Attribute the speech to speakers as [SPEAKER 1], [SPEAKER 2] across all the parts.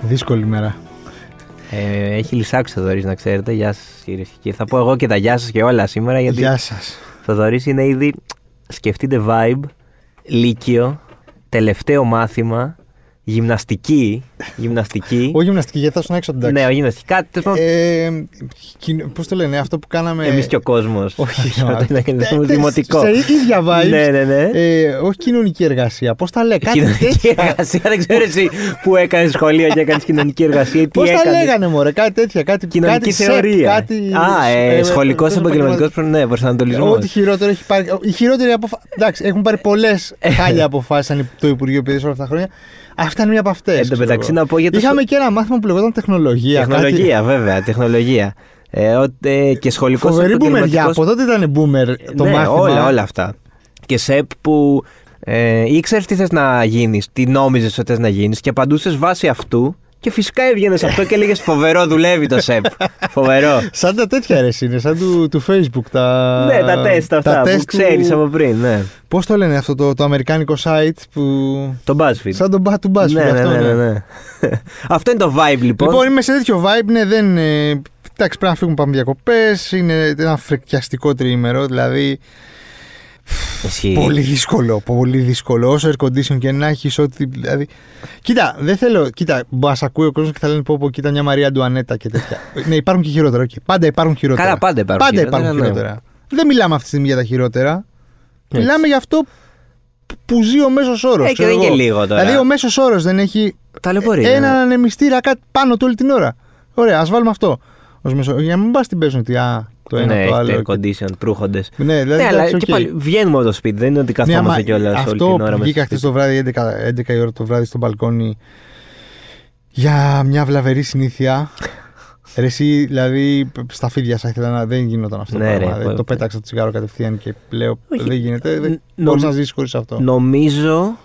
[SPEAKER 1] Δύσκολη μέρα.
[SPEAKER 2] Ε, έχει λυσάξει ο Θοδωρής, να ξέρετε. Γεια σας, κύριε και κύριοι. Θα πω εγώ και τα γεια σας και όλα σήμερα. Γιατί
[SPEAKER 1] Γεια σας.
[SPEAKER 2] ο Θοδωρής είναι ήδη. Σκεφτείτε vibe, λύκειο, τελευταίο μάθημα, γυμναστική. Γυμναστική.
[SPEAKER 1] Όχι γυμναστική, γιατί θα ήσουν έξω από την
[SPEAKER 2] ναι,
[SPEAKER 1] τάξη.
[SPEAKER 2] ο γυμναστικά.
[SPEAKER 1] Ε, Πώς το λένε, αυτό που κάναμε.
[SPEAKER 2] Εμείς και ο κόσμος.
[SPEAKER 1] Όχι, ρε,
[SPEAKER 2] Όχι,
[SPEAKER 1] εντάξει,
[SPEAKER 2] δημοτικό.
[SPEAKER 1] Σε ίδια vibes.
[SPEAKER 2] Ναι, ναι, ναι.
[SPEAKER 1] Ε, όχι κοινωνική εργασία. Πώς τα λέει, κάτι
[SPEAKER 2] Κοινωνική
[SPEAKER 1] τέτοια.
[SPEAKER 2] εργασία, δεν ξέρω εσύ που έκανες σχολείο και έκανες κοινωνική εργασία ή τι
[SPEAKER 1] Πώς τα
[SPEAKER 2] έκανες.
[SPEAKER 1] λέγανε, Μωρέ, κάτι τέτοια. Κάτι,
[SPEAKER 2] Κοινωνική
[SPEAKER 1] κάτι σεπ,
[SPEAKER 2] θεωρία.
[SPEAKER 1] κάτι...
[SPEAKER 2] Α, ε,
[SPEAKER 1] ε,
[SPEAKER 2] σχολικός
[SPEAKER 1] ε,
[SPEAKER 2] επαγγελματικό ναι, προσανατολισμό.
[SPEAKER 1] Ό,τι χειρότερο έχει πάρει. Η χειρότερη αποφάση. Εντάξει, έχουν πάρει πολλέ χάλια αποφάσει σαν το Υπουργείο Παιδεία όλα αυτά τα χρόνια. Αυτά είναι μία από αυτές.
[SPEAKER 2] Εν τω μεταξύ, να πω για το
[SPEAKER 1] Είχαμε και ένα μάθημα που λεγόταν τεχνολογία. κάτι-
[SPEAKER 2] Τεχνολογία, βέβαια, τεχνολογία. Ε, ο, ε, και σχολικός
[SPEAKER 1] Φοβερή μπούμεριά. Από τότε ήταν boomer το
[SPEAKER 2] ναι,
[SPEAKER 1] μάθημα.
[SPEAKER 2] Όλα, όλα αυτά. Και σεπ που ε, ήξερες τι θες να γίνεις, τι νόμιζες ότι θες να γίνεις και απαντούσες βάσει αυτού. Και φυσικά έβγαινες αυτό και έλεγες Φοβερό, δουλεύει το σεπ. Φοβερό.
[SPEAKER 1] Σαν τα τέτοια ρε είναι, σαν του, του Facebook. Τα...
[SPEAKER 2] ναι, τα τεστ αυτά που ξέρεις από πριν. Ναι.
[SPEAKER 1] Πώς το λένε αυτό το, το αμερικάνικο site που.
[SPEAKER 2] Το BuzzFeed.
[SPEAKER 1] Σαν τον μπα του Buzzfeed.
[SPEAKER 2] ναι, ναι,
[SPEAKER 1] αυτό,
[SPEAKER 2] ναι, ναι, ναι. αυτό είναι το vibe λοιπόν.
[SPEAKER 1] Λοιπόν, είμαι σε τέτοιο vibe, ναι, δεν. ε, Εντάξει, πρέπει να φύγουμε, πάμε διακοπές. Είναι ένα φρικιαστικό τριήμερο, δηλαδή.
[SPEAKER 2] Ισχύει.
[SPEAKER 1] Πολύ δύσκολο, πολύ δύσκολο. Όσο air condition και να έχεις, ό,τι. Δηλαδή... Κοίτα, δεν θέλω. Κοίτα, μας ακούει ο κόσμος και θα λένε πω, πω, κοίτα μια Μαρία Ντουανέτα και τέτοια. ναι, υπάρχουν και χειρότερα. Okay. Πάντα υπάρχουν χειρότερα.
[SPEAKER 2] Καλά, πάντα υπάρχουν
[SPEAKER 1] Πάντα
[SPEAKER 2] χειρότερα,
[SPEAKER 1] υπάρχουν
[SPEAKER 2] ναι.
[SPEAKER 1] χειρότερα. Δεν μιλάμε αυτή τη στιγμή για τα χειρότερα.
[SPEAKER 2] Έτσι.
[SPEAKER 1] Μιλάμε για αυτό που ζει ο μέσος όρος.
[SPEAKER 2] Ε, και δεν είναι και λίγο τώρα. ναι.
[SPEAKER 1] Δηλαδή, ο μέσος όρος δεν έχει
[SPEAKER 2] Ταλαιπωρία.
[SPEAKER 1] έναν ανεμιστήρα κάτι πάνω του όλη την ώρα. Ωραία, ας βάλουμε αυτό. Ως μέσο... Για να μην πας την παίζουν ότι α, το ένα
[SPEAKER 2] ναι,
[SPEAKER 1] το
[SPEAKER 2] έχετε
[SPEAKER 1] άλλο.
[SPEAKER 2] air condition, προύχονται.
[SPEAKER 1] Ναι, δηλαδή,
[SPEAKER 2] ναι, αλλά
[SPEAKER 1] εντάξει,
[SPEAKER 2] και
[SPEAKER 1] οκ.
[SPEAKER 2] πάλι βγαίνουμε από το σπίτι, δεν είναι ότι
[SPEAKER 1] Ναι, άμα
[SPEAKER 2] καθόμαστε κιόλας όλη
[SPEAKER 1] Αυτό
[SPEAKER 2] την ώρα
[SPEAKER 1] που
[SPEAKER 2] μέσα.
[SPEAKER 1] βγήκα χθες το βράδυ, 11, 11 η ώρα το βράδυ στο μπαλκόνι, για μια βλαβερή συνήθεια. Ρε εσύ, δηλαδή, στα φίδια σας ήθελα να δεν γινόταν αυτό το
[SPEAKER 2] Ναι,
[SPEAKER 1] πράγμα.
[SPEAKER 2] ρε,
[SPEAKER 1] δεν-
[SPEAKER 2] ε,
[SPEAKER 1] το
[SPEAKER 2] ε,
[SPEAKER 1] πέταξα το τσιγάρο κατευθείαν και λέω
[SPEAKER 2] Όχι,
[SPEAKER 1] δεν γίνεται. Δεν
[SPEAKER 2] ν-
[SPEAKER 1] μπορείς
[SPEAKER 2] νομ-
[SPEAKER 1] να ζήσει χωρίς αυτό.
[SPEAKER 2] Νομίζω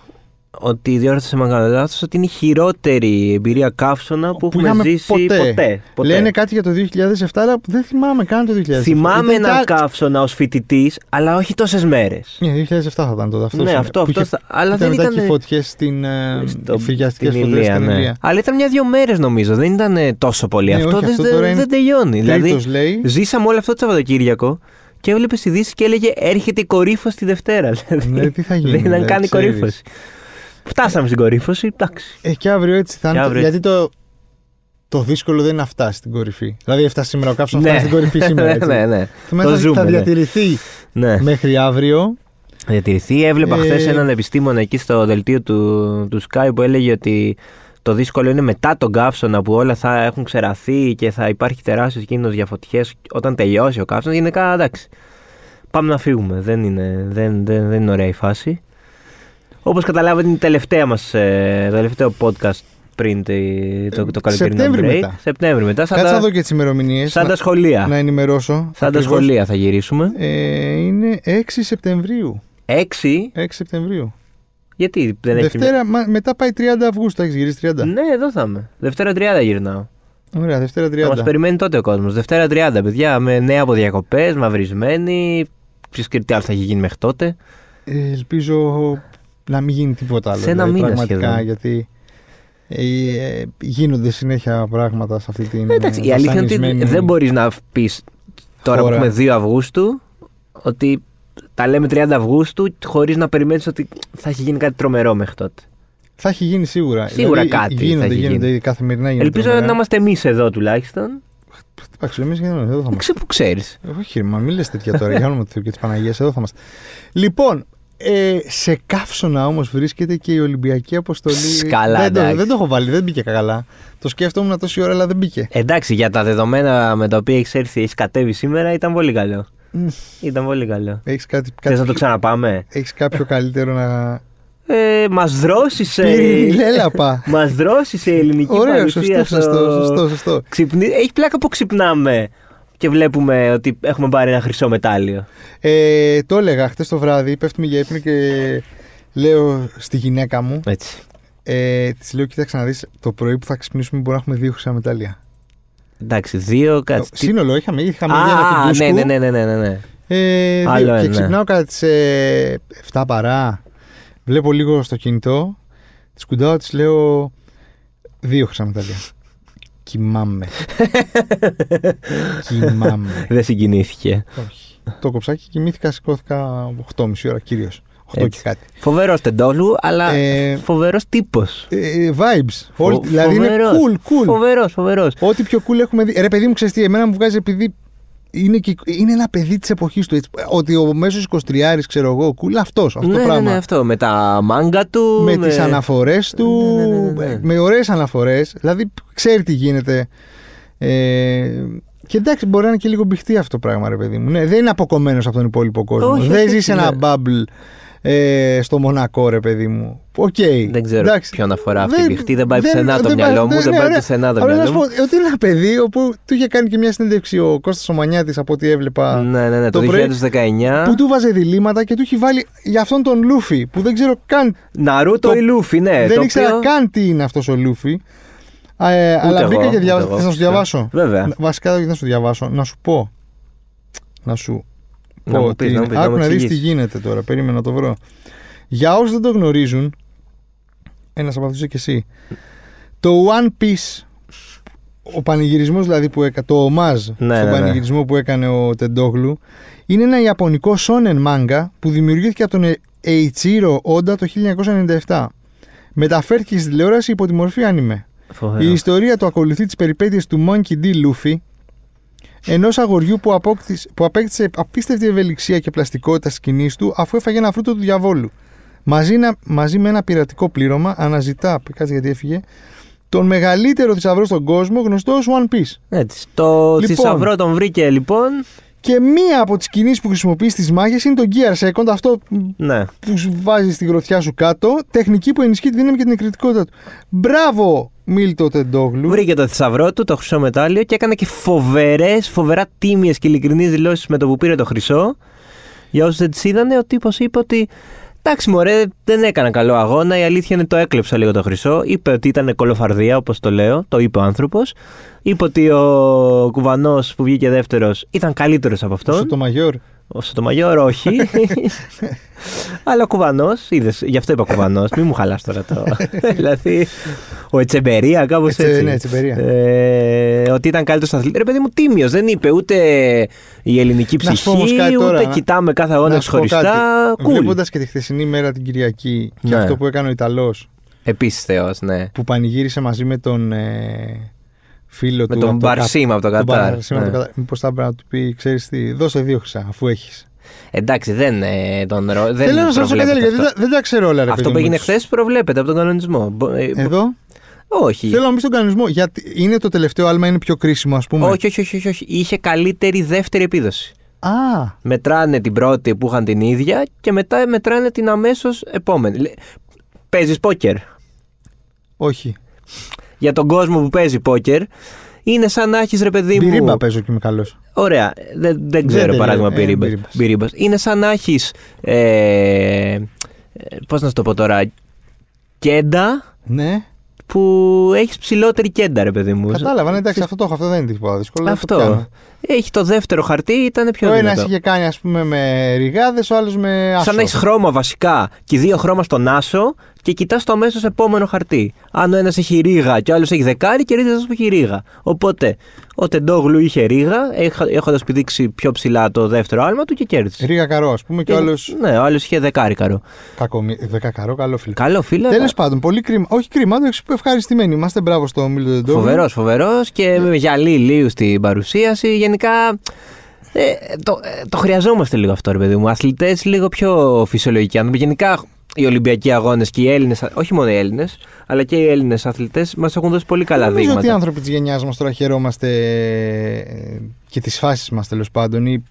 [SPEAKER 2] ότι διόρθωσε με κάνω λάθος ότι είναι η χειρότερη εμπειρία καύσωνα που, έχουμε
[SPEAKER 1] είχαμε
[SPEAKER 2] ζήσει
[SPEAKER 1] ποτέ.
[SPEAKER 2] ποτέ. ποτέ.
[SPEAKER 1] Λένε κάτι για το 2007, αλλά δεν θυμάμαι καν το 2007.
[SPEAKER 2] Θυμάμαι
[SPEAKER 1] Ήταν
[SPEAKER 2] ένα
[SPEAKER 1] κάτι-
[SPEAKER 2] καύσωνα ως φοιτητής, αλλά όχι τόσες μέρες.
[SPEAKER 1] Ναι, 2007 θα ήταν τότε αυτός.
[SPEAKER 2] Ναι, αυτό- αυτός θα- αλλά δεν
[SPEAKER 1] ήταν.
[SPEAKER 2] ήτανε-
[SPEAKER 1] οι φωτιές στην.
[SPEAKER 2] Στο-
[SPEAKER 1] Φυγιαστικές
[SPEAKER 2] στην
[SPEAKER 1] φωτιές
[SPEAKER 2] Ηλία,
[SPEAKER 1] στην
[SPEAKER 2] ναι.
[SPEAKER 1] Ηλία.
[SPEAKER 2] Αλλά ήταν μια-δυο μέρες νομίζω. Δεν ήταν ε, τόσο πολύ.
[SPEAKER 1] Ναι,
[SPEAKER 2] αυτό
[SPEAKER 1] όχι,
[SPEAKER 2] δεν,
[SPEAKER 1] αυτό
[SPEAKER 2] δεν-
[SPEAKER 1] τώρα είναι
[SPEAKER 2] δεν τελειώνει. Δηλαδή,
[SPEAKER 1] Τρίτος λέει.
[SPEAKER 2] ζήσαμε όλο αυτό το Σαββατοκύριακο και έβλεπες ειδήσει και έλεγε Έρχεται η κορύφωση τη Δευτέρα. Δηλαδή,
[SPEAKER 1] Ναι, τι θα γίνει,
[SPEAKER 2] Δεν ήταν
[SPEAKER 1] δηλαδή,
[SPEAKER 2] καν η
[SPEAKER 1] ξέρεις.
[SPEAKER 2] κορύφωση. Φτάσαμε στην κορύφωση, εντάξει.
[SPEAKER 1] Ε, και αύριο έτσι θα
[SPEAKER 2] Και
[SPEAKER 1] είναι. το-
[SPEAKER 2] αύριο
[SPEAKER 1] Γιατί το, το δύσκολο δεν είναι να φτάσει στην κορυφή. Δηλαδή, έφτασε σήμερα ο κάψος να
[SPEAKER 2] Ναι.
[SPEAKER 1] φτάσει στην κορυφή σήμερα. Έτσι.
[SPEAKER 2] ναι, ναι.
[SPEAKER 1] Θυμάμαι
[SPEAKER 2] Το
[SPEAKER 1] θα-
[SPEAKER 2] ζούμε,
[SPEAKER 1] θα
[SPEAKER 2] ναι.
[SPEAKER 1] διατηρηθεί
[SPEAKER 2] ναι.
[SPEAKER 1] μέχρι αύριο.
[SPEAKER 2] διατηρηθεί. Έβλεπα
[SPEAKER 1] Ε,
[SPEAKER 2] χθες έναν επιστήμονα εκεί στο δελτίο του, του Sky που έλεγε ότι το δύσκολο είναι μετά τον καύσωνα που όλα θα έχουν ξεραθεί και θα υπάρχει τεράστιος κίνδυνος για φωτιές όταν τελειώσει ο καύσωνα. Γενικά εντάξει. Πάμε να φύγουμε. Δεν είναι, δεν, δεν, δεν είναι ωραία η φάση. Όπως καταλάβατε, είναι η τελευταία μας, ε, το τελευταίο podcast πριν τη- το, το καλοκαιρινό
[SPEAKER 1] Σεπτέμβρη
[SPEAKER 2] break.
[SPEAKER 1] μετά.
[SPEAKER 2] Σεπτέμβρη μετά. Σαν,
[SPEAKER 1] Κάτσε
[SPEAKER 2] τα,
[SPEAKER 1] να δω και τις ημερομηνίες.
[SPEAKER 2] σαν τα
[SPEAKER 1] να,
[SPEAKER 2] σχολεία.
[SPEAKER 1] να ενημερώσω.
[SPEAKER 2] Σαν τα
[SPEAKER 1] ακριβώς.
[SPEAKER 2] σχολεία θα γυρίσουμε.
[SPEAKER 1] Ε, είναι 6 Σεπτεμβρίου.
[SPEAKER 2] 6.
[SPEAKER 1] 6 Σεπτεμβρίου.
[SPEAKER 2] Γιατί δεν έχεις.
[SPEAKER 1] Δευτέρα, μα- μετά πάει 30 Αυγούστου. Έχεις γυρίσει 30.
[SPEAKER 2] Ναι, εδώ θα είμαι. Δευτέρα 30 γυρνάω.
[SPEAKER 1] Ωραία, Δευτέρα
[SPEAKER 2] Θα μας
[SPEAKER 1] 30.
[SPEAKER 2] περιμένει τότε ο κόσμος. Δευτέρα 30, παιδιά, με νέα από διακοπέ, μαυρισμένοι. Ποιο και τι άλλο θα έχει γίνει μέχρι τότε.
[SPEAKER 1] Ε, ελπίζω να μην γίνει τίποτα άλλο.
[SPEAKER 2] Σε ένα
[SPEAKER 1] δηλαδή,
[SPEAKER 2] μήνα
[SPEAKER 1] Πραγματικά,
[SPEAKER 2] σχεδόν.
[SPEAKER 1] γιατί ε, ε, γίνονται συνέχεια πράγματα σε αυτή την.
[SPEAKER 2] Ε, Εντάξει, η αλήθεια είναι ότι
[SPEAKER 1] βασανισμένη-
[SPEAKER 2] δεν μπορείς να πεις τώρα που
[SPEAKER 1] χώρα.
[SPEAKER 2] έχουμε 2 Αυγούστου ότι τα λέμε 30 Αυγούστου χωρίς να περιμένεις ότι θα έχει γίνει κάτι τρομερό μέχρι τότε.
[SPEAKER 1] Θα έχει γίνει σίγουρα. Δηλαδή,
[SPEAKER 2] Σίγουρα κάτι θα
[SPEAKER 1] Γίνονται,
[SPEAKER 2] έχει
[SPEAKER 1] γίνονται
[SPEAKER 2] γίνει.
[SPEAKER 1] ήδη καθημερινά. Γίνονται
[SPEAKER 2] Ελπίζω να είμαστε εμείς εδώ τουλάχιστον.
[SPEAKER 1] Εντάξει, εμείς δεν εδώ θα είμαστε.
[SPEAKER 2] Ξέρω που ξέρεις.
[SPEAKER 1] Όχι, ρε, μα μην λες τέτοια τώρα. Για όνομα του Θεού και της Παναγίας, εδώ θα είμαστε. Λοιπόν, ε, σε καύσωνα όμως βρίσκεται και η Ολυμπιακή Αποστολή.
[SPEAKER 2] Ψ, καλά,
[SPEAKER 1] δεν, το,
[SPEAKER 2] εντάξει.
[SPEAKER 1] δεν το έχω βάλει, δεν μπήκε καλά. Το σκέφτομαι τόση ώρα, αλλά δεν μπήκε.
[SPEAKER 2] Εντάξει, για τα δεδομένα με τα οποία έχεις έρθει, έχεις κατέβει σήμερα, ήταν πολύ καλό.
[SPEAKER 1] Μμ.
[SPEAKER 2] Ήταν πολύ καλό.
[SPEAKER 1] Έχεις κάτι,
[SPEAKER 2] Θες να
[SPEAKER 1] κάτι,
[SPEAKER 2] το ξαναπάμε.
[SPEAKER 1] έχεις κάποιο καλύτερο να.
[SPEAKER 2] Ε, Μας δρώσει σε.
[SPEAKER 1] Πύρη λέλαπα.
[SPEAKER 2] Μας δρώσει σε ελληνική
[SPEAKER 1] Ωραίο,
[SPEAKER 2] παρουσία
[SPEAKER 1] σωστό,
[SPEAKER 2] στο-
[SPEAKER 1] σωστό, σωστό, σωστό.
[SPEAKER 2] Ξυπνη- Έχει πλάκα που ξυπνάμε και βλέπουμε ότι έχουμε πάρει ένα χρυσό μετάλλιο.
[SPEAKER 1] Ε, το έλεγα χτε το βράδυ, πέφτουμε για ύπνο και λέω στη γυναίκα μου.
[SPEAKER 2] Έτσι.
[SPEAKER 1] Ε, της λέω, κοίταξε να δεις το πρωί που θα ξυπνήσουμε μπορεί να έχουμε δύο χρυσά μετάλλια.
[SPEAKER 2] Εντάξει, δύο
[SPEAKER 1] Το
[SPEAKER 2] κάτσε. τι-
[SPEAKER 1] Σύνολο είχαμε, είχαμε
[SPEAKER 2] Α,
[SPEAKER 1] μια από τον
[SPEAKER 2] ναι,
[SPEAKER 1] Τούσκου.
[SPEAKER 2] ναι, ναι, ναι, ναι, ναι, ναι.
[SPEAKER 1] Ε, δύο.
[SPEAKER 2] Άλλο
[SPEAKER 1] και
[SPEAKER 2] ένα.
[SPEAKER 1] ξυπνάω κατά τις ε, 7 παρά. Βλέπω λίγο στο κινητό. Της κουντάω, της λέω. Δύο χρυσά μετάλλια. Κοιμάμαι. Κοιμάμαι.
[SPEAKER 2] Δεν συγκινήθηκε.
[SPEAKER 1] Όχι. Το κοψάκι κοιμήθηκα, σηκώθηκα 8,5 ώρα κυρίως. 8 και
[SPEAKER 2] Έτσι.
[SPEAKER 1] κάτι.
[SPEAKER 2] Φοβερός τεντόλου, αλλά
[SPEAKER 1] Ε,
[SPEAKER 2] φοβερός τύπος.
[SPEAKER 1] Ε, vibes. Όλοι, δηλαδή είναι cool, cool.
[SPEAKER 2] Φοβερός, φοβερός.
[SPEAKER 1] Ό,τι πιο cool έχουμε δει. Ρε, παιδί μου, ξέρεις τι, εμένα μου βγάζει επειδή είναι, και, είναι ένα παιδί της εποχής του. έτσι. Ότι ο μέσος 23 ξέρω εγώ, cool αυτός. Αυτό
[SPEAKER 2] ναι,
[SPEAKER 1] το πράγμα.
[SPEAKER 2] Ναι, ναι, αυτό. Με τα μάγκα του.
[SPEAKER 1] με τις αναφορές του,
[SPEAKER 2] Ναι, ναι, ναι, ναι.
[SPEAKER 1] με ωραίες αναφορές, δηλαδή ξέρει τι γίνεται. Ε, και εντάξει, μπορεί να είναι και λίγο μπηχτή αυτό το πράγμα, ρε παιδί μου. Ναι, δεν είναι αποκομμένος από τον υπόλοιπο κόσμο.
[SPEAKER 2] Όχι,
[SPEAKER 1] δεν
[SPEAKER 2] όχι,
[SPEAKER 1] ζει σε ένα
[SPEAKER 2] ναι.
[SPEAKER 1] bubble ε, στο Μονακό, ρε παιδί μου. Οκ.
[SPEAKER 2] Δεν ξέρω
[SPEAKER 1] εντάξει.
[SPEAKER 2] ποιον αφορά αυτή η
[SPEAKER 1] Δεν-
[SPEAKER 2] μπηχτή. Δεν πάει
[SPEAKER 1] δεν-
[SPEAKER 2] πουθενά το
[SPEAKER 1] δεν
[SPEAKER 2] μυαλό
[SPEAKER 1] πάει-
[SPEAKER 2] μου.
[SPEAKER 1] ναι,
[SPEAKER 2] Δεν πάει
[SPEAKER 1] ωραία.
[SPEAKER 2] πουθενά το
[SPEAKER 1] Αλλά να
[SPEAKER 2] μυαλό
[SPEAKER 1] σου πω
[SPEAKER 2] μου.
[SPEAKER 1] ότι είναι ένα παιδί όπου του είχε κάνει και μια συνέντευξη ο Κώστας Ομανιάτης από ό,τι έβλεπα.
[SPEAKER 2] Ναι, ναι, ναι. Το
[SPEAKER 1] το πρωί-
[SPEAKER 2] 2019.
[SPEAKER 1] Που του βάζε διλήμματα και του έχει βάλει για αυτόν τον Λούφι που δεν ξέρω καν
[SPEAKER 2] Ναρούτο
[SPEAKER 1] το-
[SPEAKER 2] ή Λούφι, ναι.
[SPEAKER 1] δεν
[SPEAKER 2] το
[SPEAKER 1] ήξερα
[SPEAKER 2] οποίο-
[SPEAKER 1] καν τι είναι αυτός ο Λούφι. Α, ε, αλλά
[SPEAKER 2] εγώ,
[SPEAKER 1] μπήκα και
[SPEAKER 2] ούτε
[SPEAKER 1] διάβασα.
[SPEAKER 2] εγώ,
[SPEAKER 1] Θε να σου
[SPEAKER 2] φυσικά.
[SPEAKER 1] διαβάσω. Ναι.
[SPEAKER 2] Βέβαια.
[SPEAKER 1] Να- Βασικά δεν θα σου διαβάσω. Να σου πω. Να σου
[SPEAKER 2] Να
[SPEAKER 1] πω.
[SPEAKER 2] μου πεις,
[SPEAKER 1] τι
[SPEAKER 2] να μου
[SPEAKER 1] είναι.
[SPEAKER 2] πεις, να μου
[SPEAKER 1] Άκου να δεις τι
[SPEAKER 2] εξηγήσεις.
[SPEAKER 1] γίνεται τώρα. Περίμενα να το βρω. Για όσους δεν το γνωρίζουν, ένας από αυτούς είσαι και εσύ. Το One Piece. Ο πανηγυρισμός δηλαδή που έκανε. Το ομάζ
[SPEAKER 2] Ναι,
[SPEAKER 1] στον
[SPEAKER 2] ναι, ναι.
[SPEAKER 1] πανηγυρισμό που έκανε ο Τεντόγλου. Είναι ένα ιαπωνικό σόνεν μάγκα που δημιουργήθηκε από τον Ε- Eiichiro Όντα το 1997. Μεταφέρθηκε στην τηλεόραση υπό τη μορφή άνιμε.
[SPEAKER 2] Φοβερός.
[SPEAKER 1] Η ιστορία του ακολουθεί τις περιπέτειες του Monkey D. Luffy, ενός αγοριού που, απόκτησε, που απέκτησε απίστευτη ευελιξία και πλαστικότητα στις κινήσεις του αφού έφαγε ένα φρούτο του διαβόλου. Μαζί, να- μαζί με ένα πειρατικό πλήρωμα αναζητά, κάτσε γιατί έφυγε, τον μεγαλύτερο θησαυρό στον κόσμο γνωστό ως One Piece.
[SPEAKER 2] Έτσι. Το
[SPEAKER 1] Λοιπόν.
[SPEAKER 2] θησαυρό τον βρήκε λοιπόν.
[SPEAKER 1] Και μία από τις κινήσεις που χρησιμοποιείς στις μάχες είναι το Gear Second, αυτό
[SPEAKER 2] Ναι.
[SPEAKER 1] που σου βάζεις τη γροθιά σου κάτω, τεχνική που ενισχύει τη δύναμη και την εκρητικότητα του. Μπράβο, Μίλτο Τεντόγλου.
[SPEAKER 2] Βρήκε το θησαυρό του, το χρυσό μετάλλιο και έκανε και φοβερές, φοβερά τίμιες και ειλικρινείς δηλώσεις με το που πήρε το χρυσό. Για όσους δεν τις είδανε, ο τύπος είπε ότι. Εντάξει, μωρέ, δεν έκανα καλό αγώνα. Η αλήθεια είναι το έκλεψα λίγο το χρυσό. Είπε ότι ήταν κολοφαρδία, όπως το λέω. Το είπε ο άνθρωπος. Είπε ότι ο κουβανός που βγήκε δεύτερος ήταν καλύτερος από αυτόν.
[SPEAKER 1] Στο το μαγιόρ.
[SPEAKER 2] Ο Σωτομαγιόρ όχι. Αλλά ο κουβανός, είδες, γι' αυτό είπα κουβανός, μην μου χαλάς τώρα το. δηλαδή, ο Ετσεμπερία, κάπως
[SPEAKER 1] Ετσε-
[SPEAKER 2] έτσι.
[SPEAKER 1] ναι, Ετσεμπερία.
[SPEAKER 2] Ε, ότι ήταν καλύτερος αθλητής. Ρε παιδί μου, τίμιος. Δεν είπε ούτε η ελληνική
[SPEAKER 1] Να σου πω
[SPEAKER 2] ψυχή,
[SPEAKER 1] όμως κάτι τώρα,
[SPEAKER 2] ούτε
[SPEAKER 1] να-
[SPEAKER 2] κοιτάμε κάθε αγώνα
[SPEAKER 1] Να σου πω
[SPEAKER 2] ξεχωριστά.
[SPEAKER 1] κάτι.
[SPEAKER 2] Κουλ.
[SPEAKER 1] Βλέποντας και τη χθεσινή μέρα την Κυριακή και
[SPEAKER 2] Ναι.
[SPEAKER 1] αυτό που έκανε ο Ιταλός
[SPEAKER 2] Επίσης Θεός, ναι.
[SPEAKER 1] που πανηγύρισε μαζί με τον ε, φίλο
[SPEAKER 2] Με
[SPEAKER 1] του.
[SPEAKER 2] τον
[SPEAKER 1] από το Κα-
[SPEAKER 2] Μπαρσίμα από το
[SPEAKER 1] τον
[SPEAKER 2] Κατάρ.
[SPEAKER 1] Μπαρσίμα από
[SPEAKER 2] ναι.
[SPEAKER 1] το Κατάρ. Μήπως θα έπρεπε να του πει, ξέρεις τι, δώσε δύο χρυσά αφού έχεις.
[SPEAKER 2] Εντάξει, δεν ε, τον ρω- δεν
[SPEAKER 1] Θέλω να σας ρωτήσω κάτι άλλο,
[SPEAKER 2] προβλέπεται
[SPEAKER 1] γιατί δεν
[SPEAKER 2] αυτό.
[SPEAKER 1] τα- δεν τα ξέρω όλα. ρε
[SPEAKER 2] Αυτό
[SPEAKER 1] παιδί μου,
[SPEAKER 2] που έγινε
[SPEAKER 1] τους-
[SPEAKER 2] χθες προβλέπεται από τον κανονισμό. Μπο- ε,
[SPEAKER 1] Εδώ.
[SPEAKER 2] Όχι.
[SPEAKER 1] Θέλω να μου πεις τον κανονισμό. Γιατί είναι το τελευταίο άλμα, είναι πιο κρίσιμο, ας πούμε.
[SPEAKER 2] Όχι, όχι, όχι, όχι, όχι. Είχε καλύτερη δεύτερη επίδοση.
[SPEAKER 1] Α,
[SPEAKER 2] Μετράνε την πρώτη που είχαν την ίδια και μετά μετράνε την αμέσως επόμενη. Λε- Παίζεις πόκερ.
[SPEAKER 1] όχι.
[SPEAKER 2] Για τον κόσμο που παίζει πόκερ, είναι σαν να έχεις ρε παιδί μου.
[SPEAKER 1] Μπυρίμπα παίζω και είμαι καλός.
[SPEAKER 2] Ωραία. Δεν, δεν ξέρω
[SPEAKER 1] τελειώνει.
[SPEAKER 2] παράδειγμα
[SPEAKER 1] Ε,
[SPEAKER 2] μπυρίμπας.
[SPEAKER 1] μπυρίμπας.
[SPEAKER 2] Μπυρίμπας. Είναι σαν να έχεις. Ε, Πώς να σου το πω τώρα. Κέντα
[SPEAKER 1] Ναι.
[SPEAKER 2] που έχεις ψηλότερη κέντα, ρε παιδί μου.
[SPEAKER 1] Κατάλαβα, ναι, εντάξει, αυτό το έχω, αυτό δεν είναι τίποτα δύσκολο. θα το πιάνω.
[SPEAKER 2] Αυτό. Έχει το δεύτερο χαρτί, ήταν πιο
[SPEAKER 1] Ο ένα
[SPEAKER 2] δυνατό.
[SPEAKER 1] είχε κάνει, ας πούμε, με ριγάδες, ο άλλος με άσο.
[SPEAKER 2] Σαν να έχεις χρώμα βασικά και δύο χρώμα στον άσο και κοιτάς το αμέσως επόμενο χαρτί. Αν ο ένας έχει ρίγα και ο άλλος έχει δεκάρι, κερδίζεις αυτός που έχει ρίγα. Οπότε ο Τεντόγλου είχε ρίγα, έχοντας πηδήξει πιο ψηλά το δεύτερο άλμα του και κέρδισε.
[SPEAKER 1] Ρίγα καρό, ας πούμε, και ο άλλος.
[SPEAKER 2] Ναι, ο άλλος είχε δεκάρι καρό.
[SPEAKER 1] Κακομί... Δεκα καρό, καλό φίλο.
[SPEAKER 2] Καλό φίλο.
[SPEAKER 1] Τέλος πάντων, πολύ κρίμα. Όχι κρίμα, εντάξει, ευχαριστημένοι. Είμαστε μπράβο στο Μίλτο Τεντόγλου.
[SPEAKER 2] Φοβερός, φοβερός και
[SPEAKER 1] Ναι.
[SPEAKER 2] με γυαλί λίου στην παρουσίαση. Γενικά. Ε, το, ε, το χρειαζόμαστε λίγο αυτό, ρε παιδί μου. Αθλητές λίγο πιο φυσιολογικοί άνθρωποι. Γενικά οι Ολυμπιακοί αγώνες και οι Έλληνες, όχι μόνο οι Έλληνες, αλλά και οι Έλληνες αθλητές μας έχουν δώσει πολύ καλά
[SPEAKER 1] Νομίζω
[SPEAKER 2] δείγματα.
[SPEAKER 1] ότι οι άνθρωποι της γενιάς μας τώρα χαιρόμαστε ε, και τις φάσεις μας τέλος πάντων. Ή